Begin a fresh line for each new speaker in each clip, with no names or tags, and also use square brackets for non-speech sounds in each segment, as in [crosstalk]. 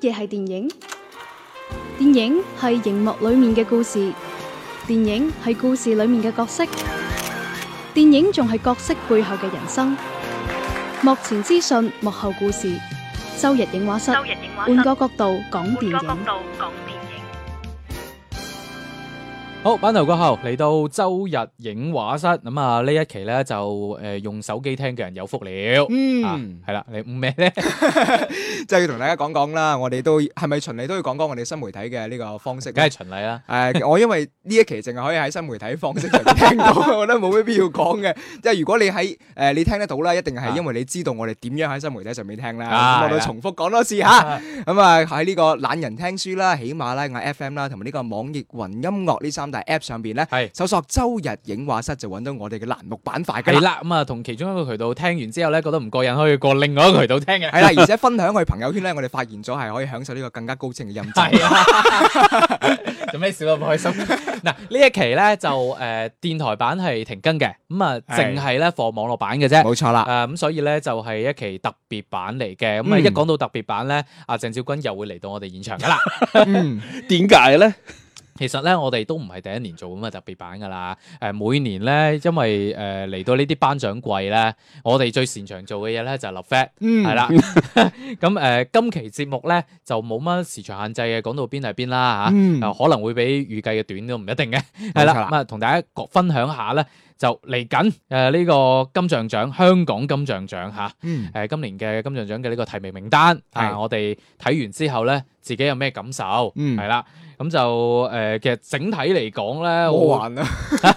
嘢係電影？電影係熒幕裡面嘅故事，電影係故事裡面嘅角色，電影仲係角色背後嘅人生。幕前資訊，幕後故事。周日映畫室，
周日映畫室
換個角度講電
換個角
影。
度講電影。
好，版頭過後嚟到周日影畫室，咁啊呢一期咧就诶、呃用手機聽嘅人有福了，啊
嗯，
係啦，你五咩 [laughs] 咧？
就要同大家講講啦，我哋都係咪循例都要講講我哋新媒體嘅呢個方式呢？
梗係啊循例啦，
誒、我因為呢一期淨係可以喺新媒體方式上面聽到，我覺得冇咩必要講
[laughs]
嘅。即係如果你喺誒、你聽得到啦，一定係因為你知道我哋點樣喺新媒體上面聽啦。
啊
咁我
係
哋
啦
重複講多次嚇。咁啊喺呢個懶人聽書啦、喜馬拉雅 FM 啦，同埋呢個網易雲音樂呢三大 App 上邊咧，
係
搜索周日影畫室就揾到我哋嘅欄目板塊
係
㗎啦。
啦，咁啊同其中一個渠道聽完之後咧，覺得唔過癮，可以過另外一個渠道聽嘅，
係啦，而且分享去朋友圈咧，我哋發現咗係可以享受呢個更加高清嘅音
[laughs]
質。
係啊， [laughs] 做咩笑得咁開 [laughs] 心？嗱，呢一期咧就誒、呃、電台版係停更嘅，咁啊淨係咧放網絡版嘅啫。啊
冇
[laughs]
錯啦。
誒咁、所以咧就係、一期特別版嚟嘅，咁啊、
嗯
一講到特別版咧，阿鄭少君又會嚟到我哋現場噶啦。
嗯，
點解咧？
其實咧，我哋都唔係第一年做咁嘅特別版噶啦。誒、每年咧，因為誒嚟、到呢啲頒獎季咧，我哋最擅長做嘅嘢咧就係立 flag，
嗯
係啦。 [laughs] 咁誒、今期節目咧就冇乜時長限制嘅，講到邊係邊啦嚇。
嗯
啊可能會比預計嘅短都唔一定嘅，
錯
係啦。
啦
咁啊，同大家各分享下咧，就嚟緊誒呢個金像獎，香港金像獎嚇。
嗯
誒今年嘅金像獎嘅呢個提名名單，啊，
係
我哋睇完之後咧，自己有咩感受？
嗯
係啦，咁就誒、其實整體嚟講咧，
我
我
還啦，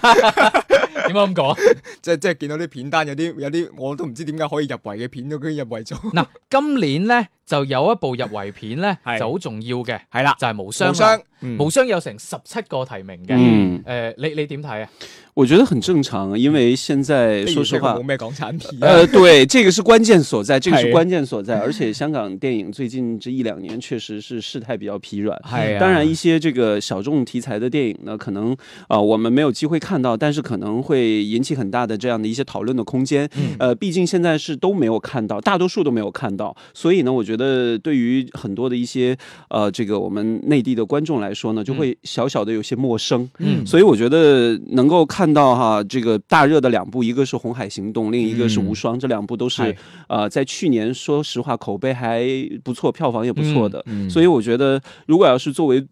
點解咁講？
啊 [laughs] 即係即係見到啲片單有啲有啲我都唔知點解可以入圍嘅片都居然入圍咗。
嗱，今年咧就有一部入圍片咧
[laughs] 係
就好重要嘅，
係啦，
就係、無雙
無
啦。
雙，
無雙有成十七個提名嘅。誒、
嗯，
你你點睇啊？
我覺得很正常啊，因為現在
嗯
說實話
呢個冇，咩港產片啊。
呃，对，這個是關鍵所在，這個是
係
關鍵所在，而且香港電影最近這一兩年確實是事態比較疲軟。
係啊
當然，一些這個小眾題材的電影呢，可能啊、呃我們沒有機會看到，但是可能會引起很大的這樣的一些討論的空間。呃，毕竟现在是都没有看到，大多数都没有看到，所以呢，我觉得对于很多的一些呃，这个我们内地的观众来说呢，就会小小的有些陌生。
嗯
所以我觉得能够看到哈，这个大热的两部，一个是《红海行动》，另一个是《
嗯
无双》，这两部都是
哎
呃，在去年说实话口碑还不错，票房也不错的。
嗯 [laughs]
所以我觉得，如果要是作为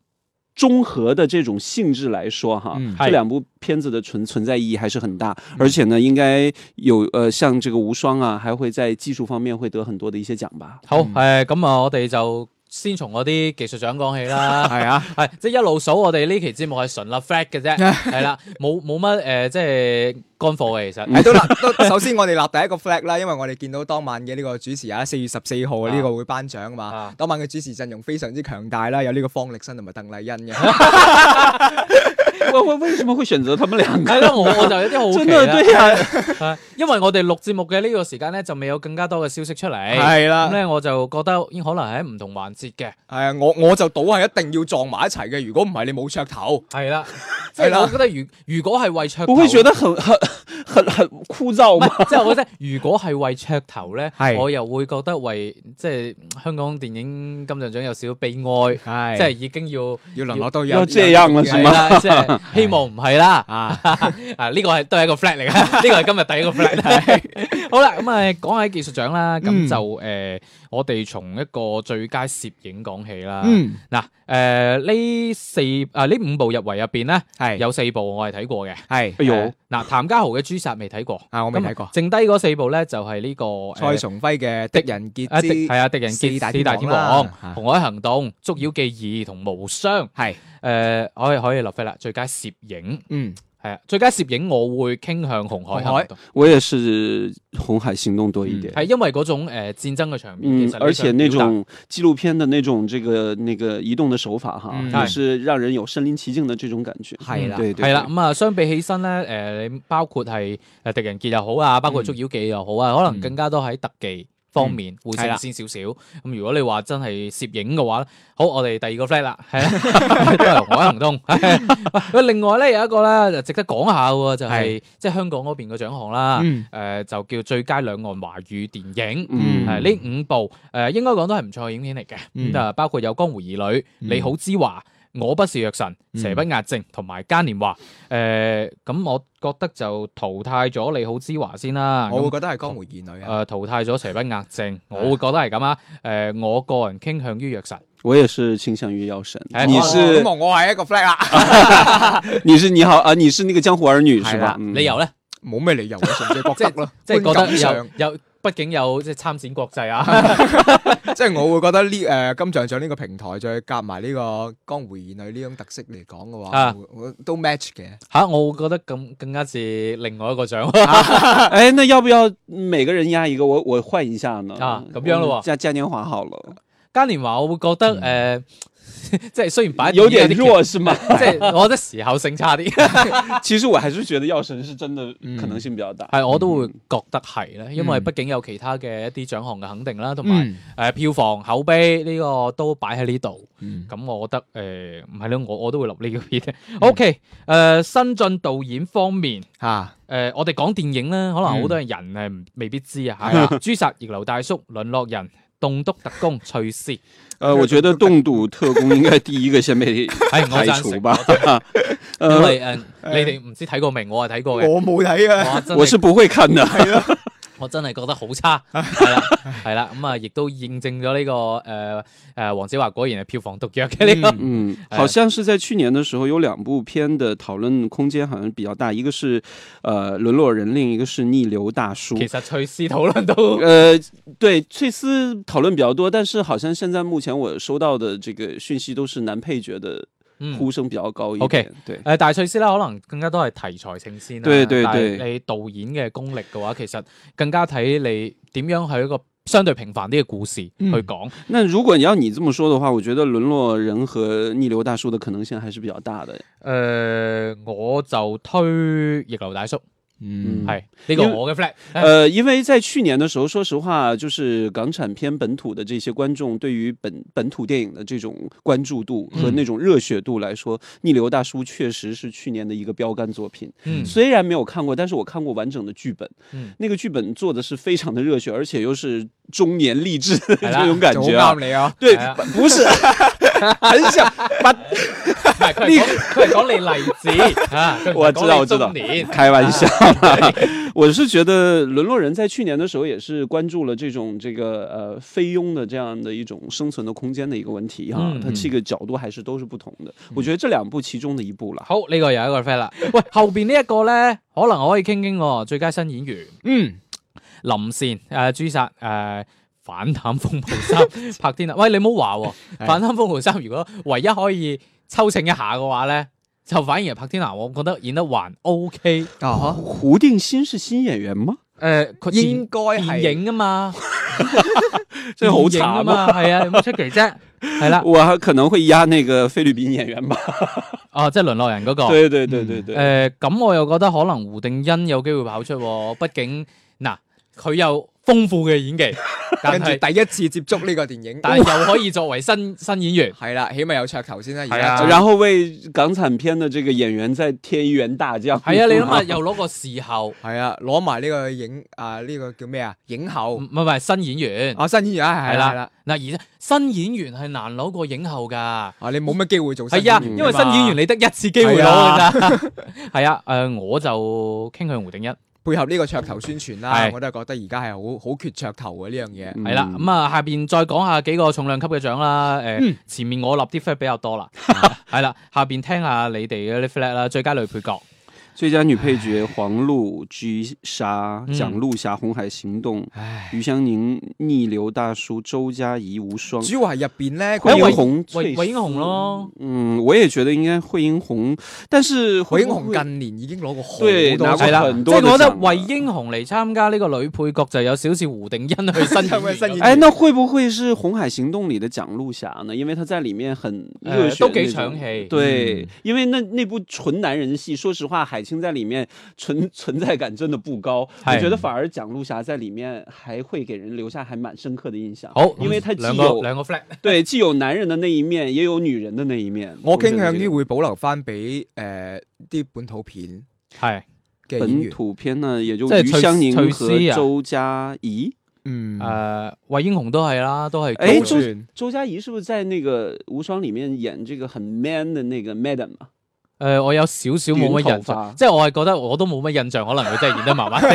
综合的这种性质来说，哈，
嗯
这两部片子的存存在意义还是很大，而且呢，应该有呃，像这个无双啊，还会在技术方面会得很多的一些奖吧。
好誒，
嗯
咁啊、我哋就先從嗰啲技術獎講起啦。
[laughs]
哎
係啊，
係即係一路數，我哋呢期節目係純立 flag
[laughs]
嘅啫，係啦，冇冇乜誒，即係乾貨嘅其實。
係都立都首先我哋立第一個 flag 啦，因為我哋見到當晚嘅呢個主持啊，四月十四號啊呢個會頒獎
啊
啊嘛，當晚嘅主持陣容非常之強大啦，有呢個方力申同埋鄧麗欣嘅。
我我 [laughs] 为什么会选择他们两
係
个？
啦，我我就有啲好奇
真的
啦
对呀、
啊，因為我哋錄節目嘅呢個時間咧，就未有更加多嘅消息出嚟。
係
咁
啦，
咧，我就覺得應可能係喺唔同環節嘅，
係啊，我我就賭係一定要撞埋一齊嘅，如果唔係你冇噱頭。
係啦， [laughs] 即
係
係
啦
我覺得如如果係為噱頭，
不会觉得很很很很枯燥
唔
吗？
係，即係我覺得如果係為噱頭咧，
係
我又會覺得為即係香港電影金像獎有少少悲哀，
係
即係已經要
要淪落到
要這樣
dạ.
啦是
係
嗎
啦，即係希望唔係啦。
啊，
啊，呢個係都係一個 flat 嚟嘅，呢個係今日第一 [laughs] 個 flat。好啦，咁啊講下技術獎啦，咁
嗯
就誒我哋從一個最佳攝影講起啦。
啊
嗯，
嗱誒呢四啊呢五部入圍入邊咧，
係
有四部我係睇過嘅。
係
哎呦
誒嗱，譚家豪嘅《朱砂》未睇過，
啊，我未睇過
咁。剩低嗰四部咧就係呢個
蔡
誒
崇輝嘅《敵人傑
啊
之》
敵係啊敵人
四
傑
大
四大天
天
王
王、
《
啦
紅海行動》《捉妖記二》同《無雙》。
係
誒可以可以立飛啦，最佳攝影。
嗯
系啊，最佳攝影我會傾向紅海行動，
我也是《红海行动》多一点。
係因為嗰種诶、呃、战争嘅場面，
嗯
其，實
而且
你
那
想表達
种纪录片的那种这个那个移动的手法哈，
嗯
也是让人有身临其境的这种感觉。
係啦
嗯对对
係啦，咁啊、相比起身呃咧，呃
嗯
诶、你包括係诶狄仁傑又好啊，包括捉妖記又好啊，可能更加多喺特技方面會
嗯係啦
勝先少少。咁如果你話真係攝影嘅話，好，我哋第二個 flat 啦， [laughs] 係啊，都係龍海行動。喂，另外咧有一個咧就值得講下喎，就係即係香港嗰邊嘅獎項啦。
嗯
誒、就叫最佳兩岸華語電影。
嗯
係呢五部誒、呃應該講都係唔錯嘅影片嚟嘅。
嗯
咁啊、包括有《江湖兒女》你好之華》。我不是藥神、
嗯
邪不壓正同埋嘉年華，誒、咁我覺得就淘汰咗你好之華先啦。
我會
咁
覺得係江湖兒女
誒、
啊。
淘汰咗邪不壓正，我會覺得係咁啊。誒、我個人傾向於藥神，
我也是倾向于药神
哎。
你
哦
是
咁我我係一個 flag 啦，
你是你好啊，你是那个江湖儿女是
係
吧
啦？
嗯
理由咧，
冇咩理由，我純粹覺得咯，
即係
觀
覺
感上
得，有有，畢竟有即係參展國際
[laughs]
啊。
即係我會覺得呢誒金像獎呢個平台再夾埋呢個江湖兒女呢種特色嚟講嘅話，
啊
我我都 match 嘅。
嚇、我會覺得更更加似另外一個獎。
哎，那要不要每个人压一个？我我换一下呢？
啊咁样了吧
嘉嘉年华好了，
嘉年華我會覺
嗯
得誒、呃 [laughs] 即係雖然擺
有點，弱是吗？
即係啊我覺得時效性差啲，
其实我还是觉得药神是真的
嗯
可能性比较大。
[laughs] 係我都會覺得係啦，因為畢竟有其他嘅一啲獎項嘅肯定啦，同埋誒票房口碑呢個都擺喺呢度，
嗯，
咁我覺得誒唔係咯，我我都會立呢個片。OK，誒、呃新晉導演方面。
嚇，
誒、我哋講電影咧，可能好多人誒唔未必知 [laughs] 啊
係
嚇
啊。
朱殺、逆流大叔、淪落人、棟篤特工、趣事，
呃，我觉得洞笃特工应该第一个先被
係我
排
贊
除
成。
吧。
因
呃，
為誒，你哋唔知睇過未？我係睇過嘅。
我冇睇啊。
哇！真
我是
係
不会看
[laughs]
的。
我真係覺得好差，
[laughs]
係啦係啦，咁啊，亦都印證咗呢個誒誒黃子華果然係票房毒藥嘅呢個。
嗯，
呃
好像是在去年的时候，有两部片的讨论空间好像比较大，一个是呃《沦落人》，另一个是《逆流大叔》
[laughs] 其。實趣事討論都
呃，对，翠丝讨论比较多，但是好像现在目前我收到的这个讯息都是男配角的
嗯
呼声比较高一点。
OK
对，
誒，但係趣事啦，可能更加多係題材性先啦。
對對
但係
對
你導演嘅功力嘅話，其實更加睇你點樣去一個相對平凡啲嘅故事去
嗯
講。
那如果你要你这么说的话，我觉得《沦落人》和《逆流大叔》的可能性还是比较大的。
誒、呃我就推逆流大叔，
嗯
係呢個
因為
我嘅 flag。
呃，因为在去年的时候，说实话，就是港产片本土的这些观众对于本本土电影的这种关注度和
嗯
那种热血度来说，逆流大叔》确实是去年的一个标杆作品。
嗯
虽然没有看过，但是我看过完整的剧本，
嗯
那个剧本做的是非常的热血，而且又是中年励志的
哎呀
这种感
就好
[laughs]
觉啊。
啱你啊！
对
哎呀，
不是， [laughs] 很
[laughs]
想把
唔係佢係講佢係講你例
[laughs]
子啊，佢唔係
我知道
講你
我知道
中
[laughs]
年
开玩笑啦。我是觉得《沦落人》在去年的时候也是关注了这种这个呃菲佣的这样的一种生存的空间的一个问题哈、
嗯
它这个角度还是都是不同的。我觉得这两部其中的一部了。
好，呢、個又係一個 friend
[laughs]
啦。喂，後邊呢一個咧，可能我可以傾傾喎。最佳新演員
嗯，
林善，誒、朱殺，誒、反貪風暴
[laughs]
三拍天啊！喂，你唔好話喎，
係
反貪風暴三如果唯一可以抽請一下嘅話咧，就反而係拍天啊！我覺得演得還 OK。誒、
啊
胡定欣是新演员吗？
佢
應
電
該
電
係
影啊嘛，
[laughs] 真係好慘啊
啊嘛，係啊，有冇出奇啫？係啦，
我还可能会压那个菲律宾演员吧。
哦，嗯即係淪落人嗰、個。
对对对对对。
誒呃咁、我又覺得可能胡定欣有機會跑出喎，畢竟嗱佢有豐富嘅演
[laughs]
技，但
跟住
係
第一次接觸呢個電影，
但係又可以作為新新演員，
係啦，起碼有噱頭先啦。而
係啊
家
然后为港产片的这个演员再添一员大将。
係
嗯
啊，你諗下又攞個視後，唔
係啊，攞埋呢個影啊，呢個叫咩啊？影
唔
后
唔係新演員嗱、
啊，新演員啊係
係嗯
啦
啦
係啦，
而且新演員係難攞過影後㗎。
啊你冇乜機會做新
係啊，
演員
因為
㗎嘛
新演員你得一次機會攞㗎咋， [laughs] 係啊，誒、我就傾向胡定欣，
配合呢個噱頭宣傳啦
係，
我都係覺得而家係好好缺噱頭嘅呢樣嘢。
嗯
係啦，咁啊、下邊再講下幾個重量級嘅獎啦，誒、
嗯
前面我立啲 flat 比較
[laughs]
多啦，係啦，下邊聽下你哋嗰啲 flat 啦，最佳女配角。
最佳女配角黄璐、狙杀、
嗯
蒋璐霞、《红海行动》
唉，
余香凝、逆流大叔、周佳怡、无双。哎
主要係入邊咧，
惠
佢
英
有
红、
魏
翠
魏英红咯，
嗯，我也觉得应该惠英红，但是
惠英
惠
紅近年已經攞過好
对拿
多
過
係
獎
啦，
[laughs]
很
即
啊多
係我覺
的
得
獎
魏英红嚟參加呢個女配角就有少少胡定欣去
[laughs]
新演員
新
咁
演員
哎，那会不会是《红海行动》里的蒋璐霞呢？因为她在里面很热
呃
血、
都幾搶。戲。
对，因为那那部纯男人戏，说实话还清在里面存存在感真的不高，我
係
觉得反而蒋璐霞在里面还会给人留下还蛮深刻的印象。
好，
因為他
兩
既
個
有
兩個 flat，
对，既有男人的那一面，也有女人的那一面。
我
傾
傾向
於
於會保留翻俾誒啲本土片
係
嘅演
本
員，
土片呢，也就
即係
余
翠
香凝
翠
和
絲啊
周嘉怡。
嗯，
誒，魏英雄都係啦，都係
哎
高
周
專
算
周嘉怡是不是在那个《无双》里面演这个很 man 的那个 madam 啊？
誒，我有少少冇乜
短
印
頭髮
象，即係我係覺得我都冇乜印象，可能佢真係演得麻麻
[laughs]
地。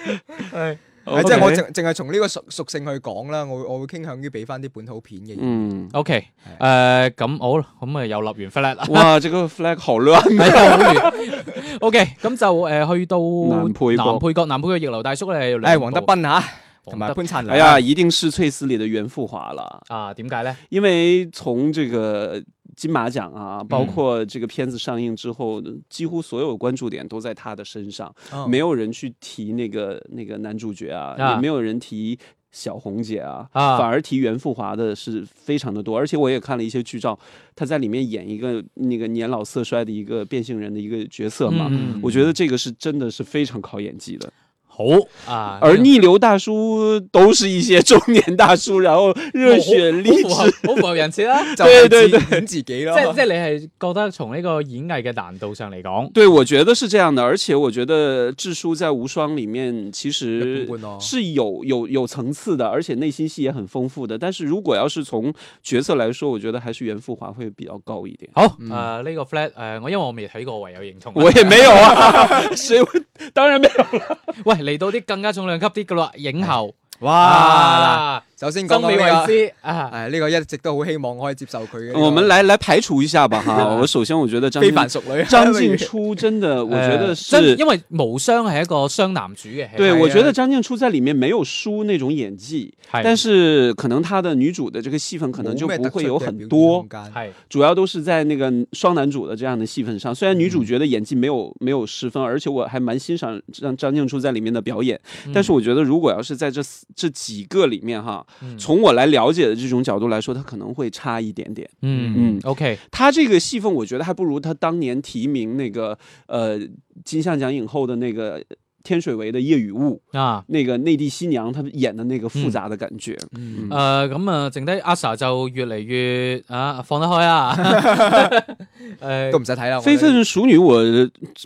係即係我
OK
淨淨係從呢個屬屬性去講啦，我會我會傾向於俾翻啲本土片嘅演員。
嗯，
OK，誒咁好啦，咁啊又立完 flat 啦，
哇，这个 flag 好乱。
係啊，好亂。OK，咁就誒去到
男配角
男配角，男配角逆流大叔咧，
誒，
誒
黃哎德斌嚇，
黃
同埋
德
潘燦良。
[laughs]
啊
哎呀，，一定是《翠丝》里的袁富华了，
啊，點解咧？
因为从这个金马奖啊，包括这个片子上映之后，几乎所有关注点都在他的身上，
哦
没有人去提那个那个男主角啊，
嗯啊
也没有人提。小红姐啊，
啊
反而提袁富华的是非常的多，而且我也看了一些剧照，他在里面演一个那个年老色衰的一个变性人的一个角色嘛，
嗯
我觉得这个是真的是非常考演技的。
好啊，
而逆流大叔都是一些中年大叔，然后热血励
好
志。
符合好符合人設啦。
就係
對對
自演自己咯。
即即係你係覺得從呢個演藝嘅難度上嚟講，
对，我觉得是这样的，而且我觉得智叔在《无双》里面其实
一般般咯
是有有有层次的，而且内心戏也很丰富的。但是如果要是从角色来说，我觉得还是袁富华会比较高一 [laughs] 点。
好誒呢個 flat 誒，我因為我未睇過，唯有認
[laughs]
同。
我也没有 [laughs] 啊，谁会？当然没有。
[laughs] 喂嚟到啲更加重量級啲嘅啦，影后
哇！
啊，
哎嗱首先講
曾美
講呢
慧
個，
思啊，
誒呢個一直都好希望我可以接受佢嘅呢個。
我们来来排除一下吧 [laughs] 哈。我首先我觉得张
非
静
凡淑女，啊
[laughs] 张
[laughs]
静初真 [laughs] 的，我觉
誒
得是、
呃真因為無雙係一個雙男主嘅戲，
对，我
呀
觉得张静初在里面没有输那种演技，
係
但是可能她的女主的这个戏份可能就哎不会有很多，
係
係
主要都是在那个双男主的这样的戏份上。虽然女主角的演技没有没有失分，而且我还蛮欣赏张张静初在里面的表演，但是我觉得如果要是在这四这几个里面哈，
嗯
从我来了解的这种角度来说，她可能会差一点点。
嗯
嗯
OK
她这个戏份，我觉得还不如她当年提名那个呃金像奖影后的那个呃天水围的叶雨雾。
啊。
那个内地新娘她演的那个复杂的感觉。嗯
誒咁啊，剩低阿 sa 就越嚟越啊 [laughs] 呃放得開啦。誒
都唔使睇啦。啊我
非
覺得
分熟女，我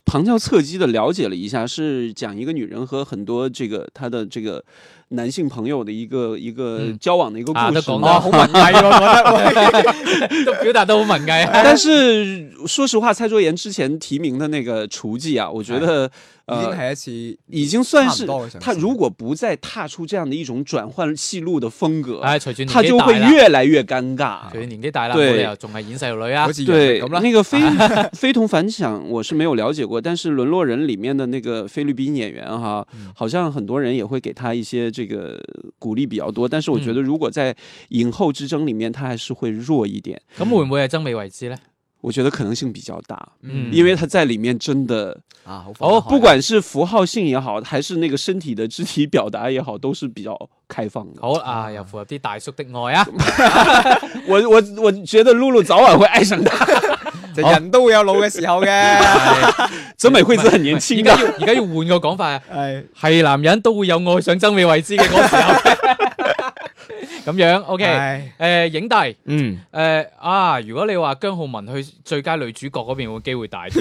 旁敲侧击的了解了一下，是讲一个女人和很多这个她的这个男性朋友的一个一个
嗯
交往的一个
啊
故
都
事
講
嘛。
到
哇，好文
[laughs]
藝喎，我覺得。
都表達得好文藝
[laughs]
啊！
[laughs] 但是说实话，蔡卓妍之前提名的那个《厨妓》啊，我觉得
哎已經
呃
係一次
已经算是
差唔多嘅嘗試
她如果不再踏出这样的一种转换戏路的风格，
哎
唉，隨住年
她
紀
就
大
会
啦，
越来越尴尬。
隨住年紀大啦，冇
對
理由仲係演細路女啊
好。似楊
对
冪咁啦。
那个非非同凡响，我是没有了解过，但是《沦落人》里面的那个菲律宾演员哈，好像很多人也会给他一些这个鼓励比较多，但是我觉得如果在影后之争里面，他还是会弱一点，
咁會唔會係曾美慧思咧？
我觉得可能性比较大。
嗯
因为他在里面真的，
啊，好放
好
得開
不管是符号性也好，还是那个身体的肢体表达也好，都是比较开放的。
好啊，又符合啲大叔的愛啊！
我我我觉得露露早晚会爱上他，
就人都會有老嘅時候嘅。
真美惠子很年
而
轻的
家。要而家要換個講法啊，
[laughs] 係
係男人都會有愛上曾美慧思嘅嗰時候。咁樣 OK，
係
誒呃影帝
嗯，
誒啊！如果你話姜浩文去最佳女主角嗰邊，會機會大啲。 [laughs]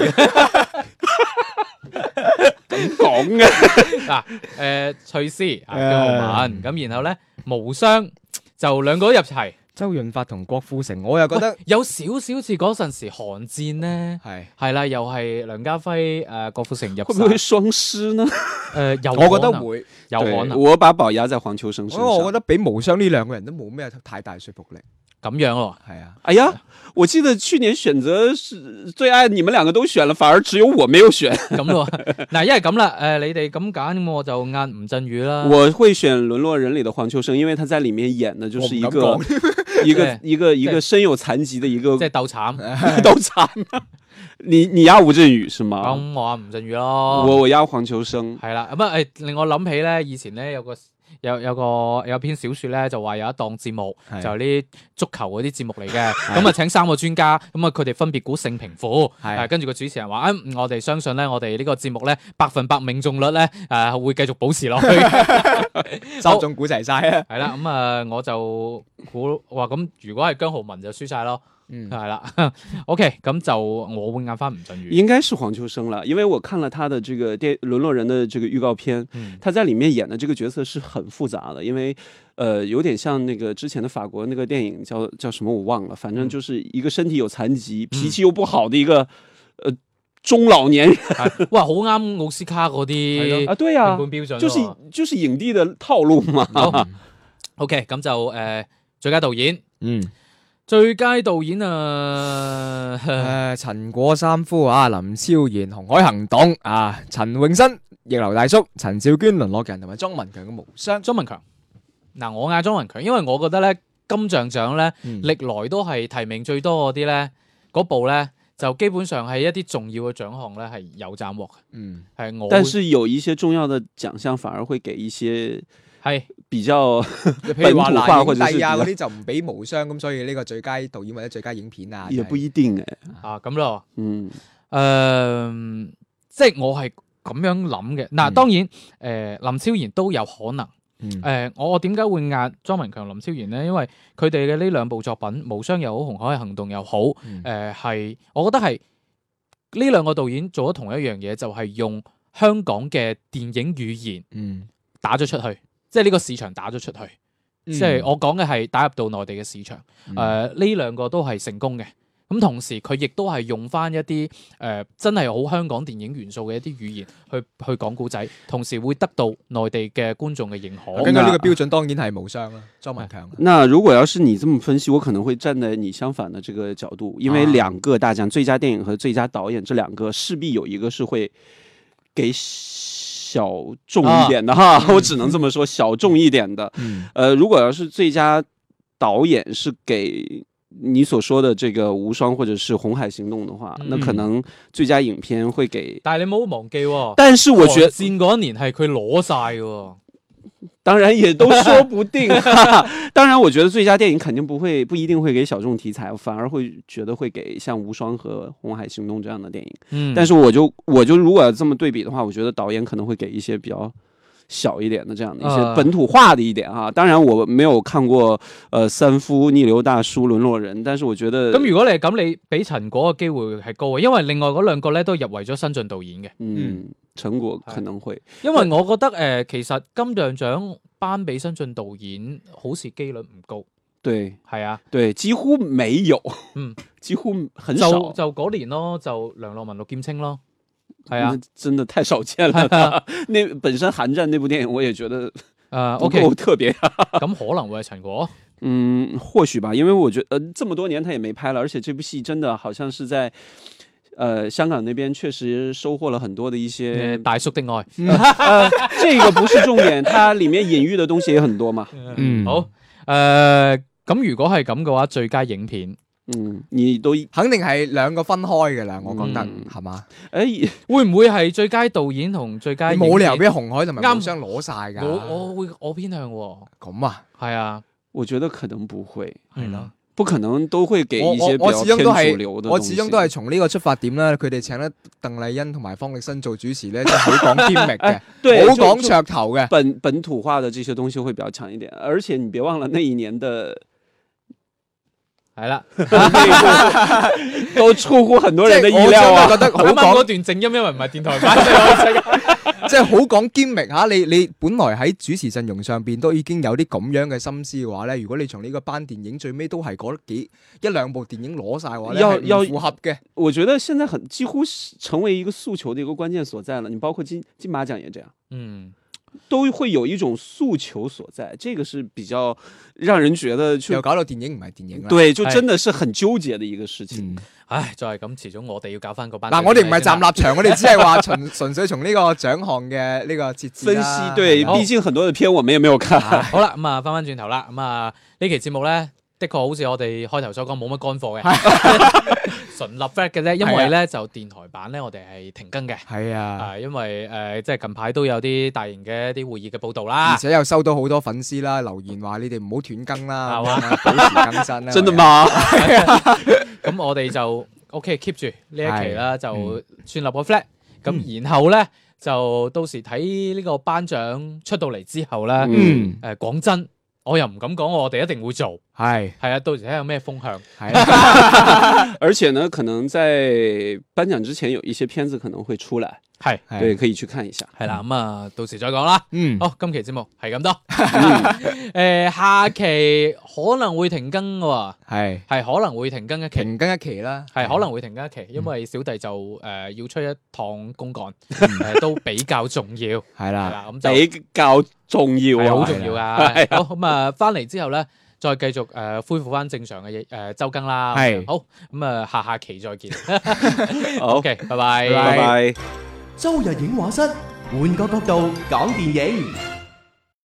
讲嘅。
嗱誒，翠絲啊，姜浩文咁，然後咧無雙就兩個都入齊。
周潤發同郭富城，我又覺 [laughs] 得
有少少似嗰陣時寒戰咧，
係。
係啦，又係梁家輝、誒、郭富城入
会不会
曬，誒、
双失呢？
有
我覺
可
得
能，
會，
有可
对
能
我把宝压在黄秋生身
因為
上。
哦我覺得比無雙呢兩個人都冇咩太大說服力。
咁樣咯。
係啊，
哎呀，我记得去年选择是最爱，你们两个都选了，反而只有我没有选。
咁咯，嗱，因為咁啦，誒、呃你哋咁揀，咁我就嗌吳鎮宇啦。
我会选《沦落人》里的黄秋生，因为他在里面演的就是一个
我唔
[laughs] 一个
对
一个一个身有残疾的一个 [laughs]
即係鬥慘，
刀残。 [laughs] 你你压吴镇宇是吗？
嗯咁我嗌吳鎮宇咯。
我我压黄秋生。
係啦，咁啊誒，令我諗起咧，以前咧有個有有個有篇小説咧，就話有一檔節目
係
就係啲足球嗰啲節目嚟
[laughs]
嘅，咁啊請三個專家，咁啊佢哋分別估勝平負，
係
啊跟住個主持人話：，嗯，我哋相信咧，我哋呢個節目咧百分百命中率咧，誒會繼續保持落
[laughs]
去。
三種估齊晒啊！
係啦，咁啊我就估話咁，如果係姜浩文就輸晒咯，
嗯
係啦。OK，咁 [laughs] 就我會嗌翻吳鎮宇。
应该是黄秋生了，因为我看了他的这个电《沦落人》的这个预告片，
嗯
他在里面演的这个角色是很复杂的，因为呃，有点像那个之前的法国那个电影叫叫什么我忘了，反
嗯
正就是一个身体有残疾、脾气又不好的一个呃
嗯
中老
[laughs]
年人
係哇，好啱奧斯卡嗰啲
啊，对呀、
評判標準喎。
就是就是影帝的套路嘛。
好 OK，咁就誒最佳導演。
嗯，
最佳導演啊，
誒陳果三夫啊，林超賢《紅海行動》啊，陳永新《逆流大叔》，陳兆娟《淪落人》同埋莊文強嘅《無雙》。
莊文強。嗱，我嗌莊文強，因為我覺得咧金像獎咧
嗯
歷來都係提名最多嗰啲咧，嗰部咧就基本上係一啲重要嘅獎項咧係有斬獲
嗯，
嘅，係我
但是有一些重要的奖项反而会给一些
係
比較
譬如話
[laughs] 本土化
嗱，
或者
影
是
帝啊
比
嗰
較
啲就唔俾無雙咁，所以呢個最佳導演或者最佳影片啊，
[laughs] 也
就係
不一定哎，
啊咁咯，
嗯，
誒、即係我係咁樣諗嘅。嗱，
嗯
當然誒、呃林超賢都有可能。
嗯
誒、呃我我點解會壓莊文強、林超賢呢？因為佢哋嘅呢兩部作品《無雙》又好，《紅海行動》又好，誒、
嗯
係我覺得係呢兩個導演做咗同一樣嘢，就係、用香港嘅電影語言
嗯，
打咗出去，即係呢個市場打咗出去。即係我講嘅係打入到內地嘅市場。誒
嗯
呢兩個都係成功嘅。咁同時佢亦都係用翻一啲誒、呃真係好香港電影元素嘅一啲語言去去講故仔，同時會得到內地嘅觀眾嘅認可。
根據啊呢個標準，當然係無雙啦，莊文強。
那如果要是你这么分析，我可能会站在你相反的这个角度，因为
啊
两个大奖，最佳电影和最佳导演这两个势必有一个是会给小众一点的哈，我只能这么说，小众一点的。
嗯
呃，如果要是最佳导演是给你所说的这个《无双》或者是《红海行动》的话，那可
嗯
能最佳影片会给。哦
但係你冇忘記喎，
但是我觉得
韓戰嗰一年係佢攞晒嘅喎。
当然也都说
[laughs]
不定、 [laughs] 哈哈。当然，我觉得最佳电影肯定不会不一定会给小众题材，反而会觉得会给像《无双》和《红海行动》这样的电影。
嗯
但
是
是我就我就如果要这么对比的话，我觉得导演可能会给一些比较。小一点的这样的一
呃
些本土化的一点啊，当然我没有看过呃《三夫》《逆流大叔》《沦落人》，但是我觉得
咁如果你係咁，你俾陳果嘅機會係高嘅，因為另外嗰兩個咧都入圍咗新晉導演嘅。
嗯成果可能会
因為我覺得誒、呃其實金像獎頒俾新晉導演好似機率唔高，
对
係啊，
对几乎没有，
嗯，
[laughs] 几乎很少，
就就嗰年咯，就梁洛文、陸劍青咯，係啊
那，真的太少见了。那本身韩战那部电影，我也觉得
誒
[laughs] 不
啊 OK，
够特别、
咁可能會係陳果，
嗯，或许吧，因为我觉得、呃、这么多年他也没拍了，而且这部戏真的好像是在。呃，香港那边确实收获了很多的一些
誒，大叔的愛，
[laughs] 呃，这个不是重点，它里面隐喻的东西也很多嘛。
嗯
好誒，呃咁、如果係咁嘅話，最佳影片
嗯，你都
肯定係兩個分開㗎啦，我覺得
嗯
係嘛？
哎，
會唔會係最佳導演同最佳
你
影
冇理
片
由俾紅海同埋
啱
無雙攞晒㗎。
我我會我偏向喎，
咁啊，
係啊，
我觉得可能不会，
嗯
嗯
係咯、
不可能都会给
我
一些
我
比
我
较
始終都
偏主
係
流的
我
东
始
西
終都係從呢個出發點啦。佢哋請得鄧麗欣同埋方力申做主持咧，真係好
[laughs]
講天力嘅，
哎对，
好
就
講
就
噱頭嘅。
[laughs] 本本土化的这些东西会比较强一点，而且你别忘了那一
[laughs]
年的
係啦，
都出乎很多
即
人的
係
意
我真
料
係
啊。
覺得好
啱
[laughs]
啱嗰
講，
段正音因為唔係電台版，所以我即刻
[laughs] 即係好講兼力嚇。你你本來喺主持陣容上邊都已經有啲咁樣嘅心思嘅話咧，如果你從呢個班電影最尾都係嗰幾一兩部電影攞晒嘅話咧，
要
係
要
唔符合嘅。
我觉得现在很几乎是成为一个诉求的一个关键所在了。你包括金金马奖也这样，
嗯。
都会有一种诉求所在，这个是比较让人觉得去
又搞到電影唔係電影啦。
对，就
哎
真的是很纠结的一个事情。
嗯
唉，再係咁，遲早我哋要搞翻個班。
嗱，我哋唔係
[laughs]
站。立場，我哋只係話 [laughs] 純純粹從呢個獎項嘅呢個設置
分析
啦
对，
係嘛
毕竟很多的片我们也没有看。
好啦，咁啊，翻翻轉頭啦，咁啊，呢期節目咧的的確好似我哋開頭所講冇乜乾貨
[laughs]
嘅， [laughs] 純立 flat 嘅啫。因為咧就電台版咧，我哋係停更嘅。
係啊，
啊，因為誒、呃即係近排都有啲大型嘅一啲會議嘅報導啦
而，且又收到好多粉絲啦留言話你哋唔好斷更啦，
係嘛
保持更新啦。
[laughs] 真的？吗？
[laughs] 咁我哋就 OK keep 住呢一期啦，就
嗯
算立個 flat，咁然後咧就到時睇呢個頒獎出到嚟之後咧，誒
嗯，
講真，我又唔敢講我哋一定會做，
係
係啊，到時睇下有咩風向，
係嗯啊。
而且呢，可能在颁奖之前有一些片子可能会出来，
係
係
[laughs] 对，可以去看一下。
係啦，咁啊到時再講啦。
啊嗯，
好，今期節目係咁多， [laughs] 誒下期可能會停更喎，
係
係可能會停更一期。
停更一期啦，
係可能會停更一期，因為小弟就誒、呃要出一趟公幹，
嗯
誒都比較重要，
係
啊
係
啦，
啦，咁就
比較重要
係好
啊，
重要
[laughs]
噶。好咁啊，翻嚟之後咧，再繼續誒、呃恢復翻正常嘅嘢誒周更啦。咁樣
係
好咁啊，下下期再見。
好，
[laughs] OK，拜
拜拜。
周日影畫室，換個角度講電影。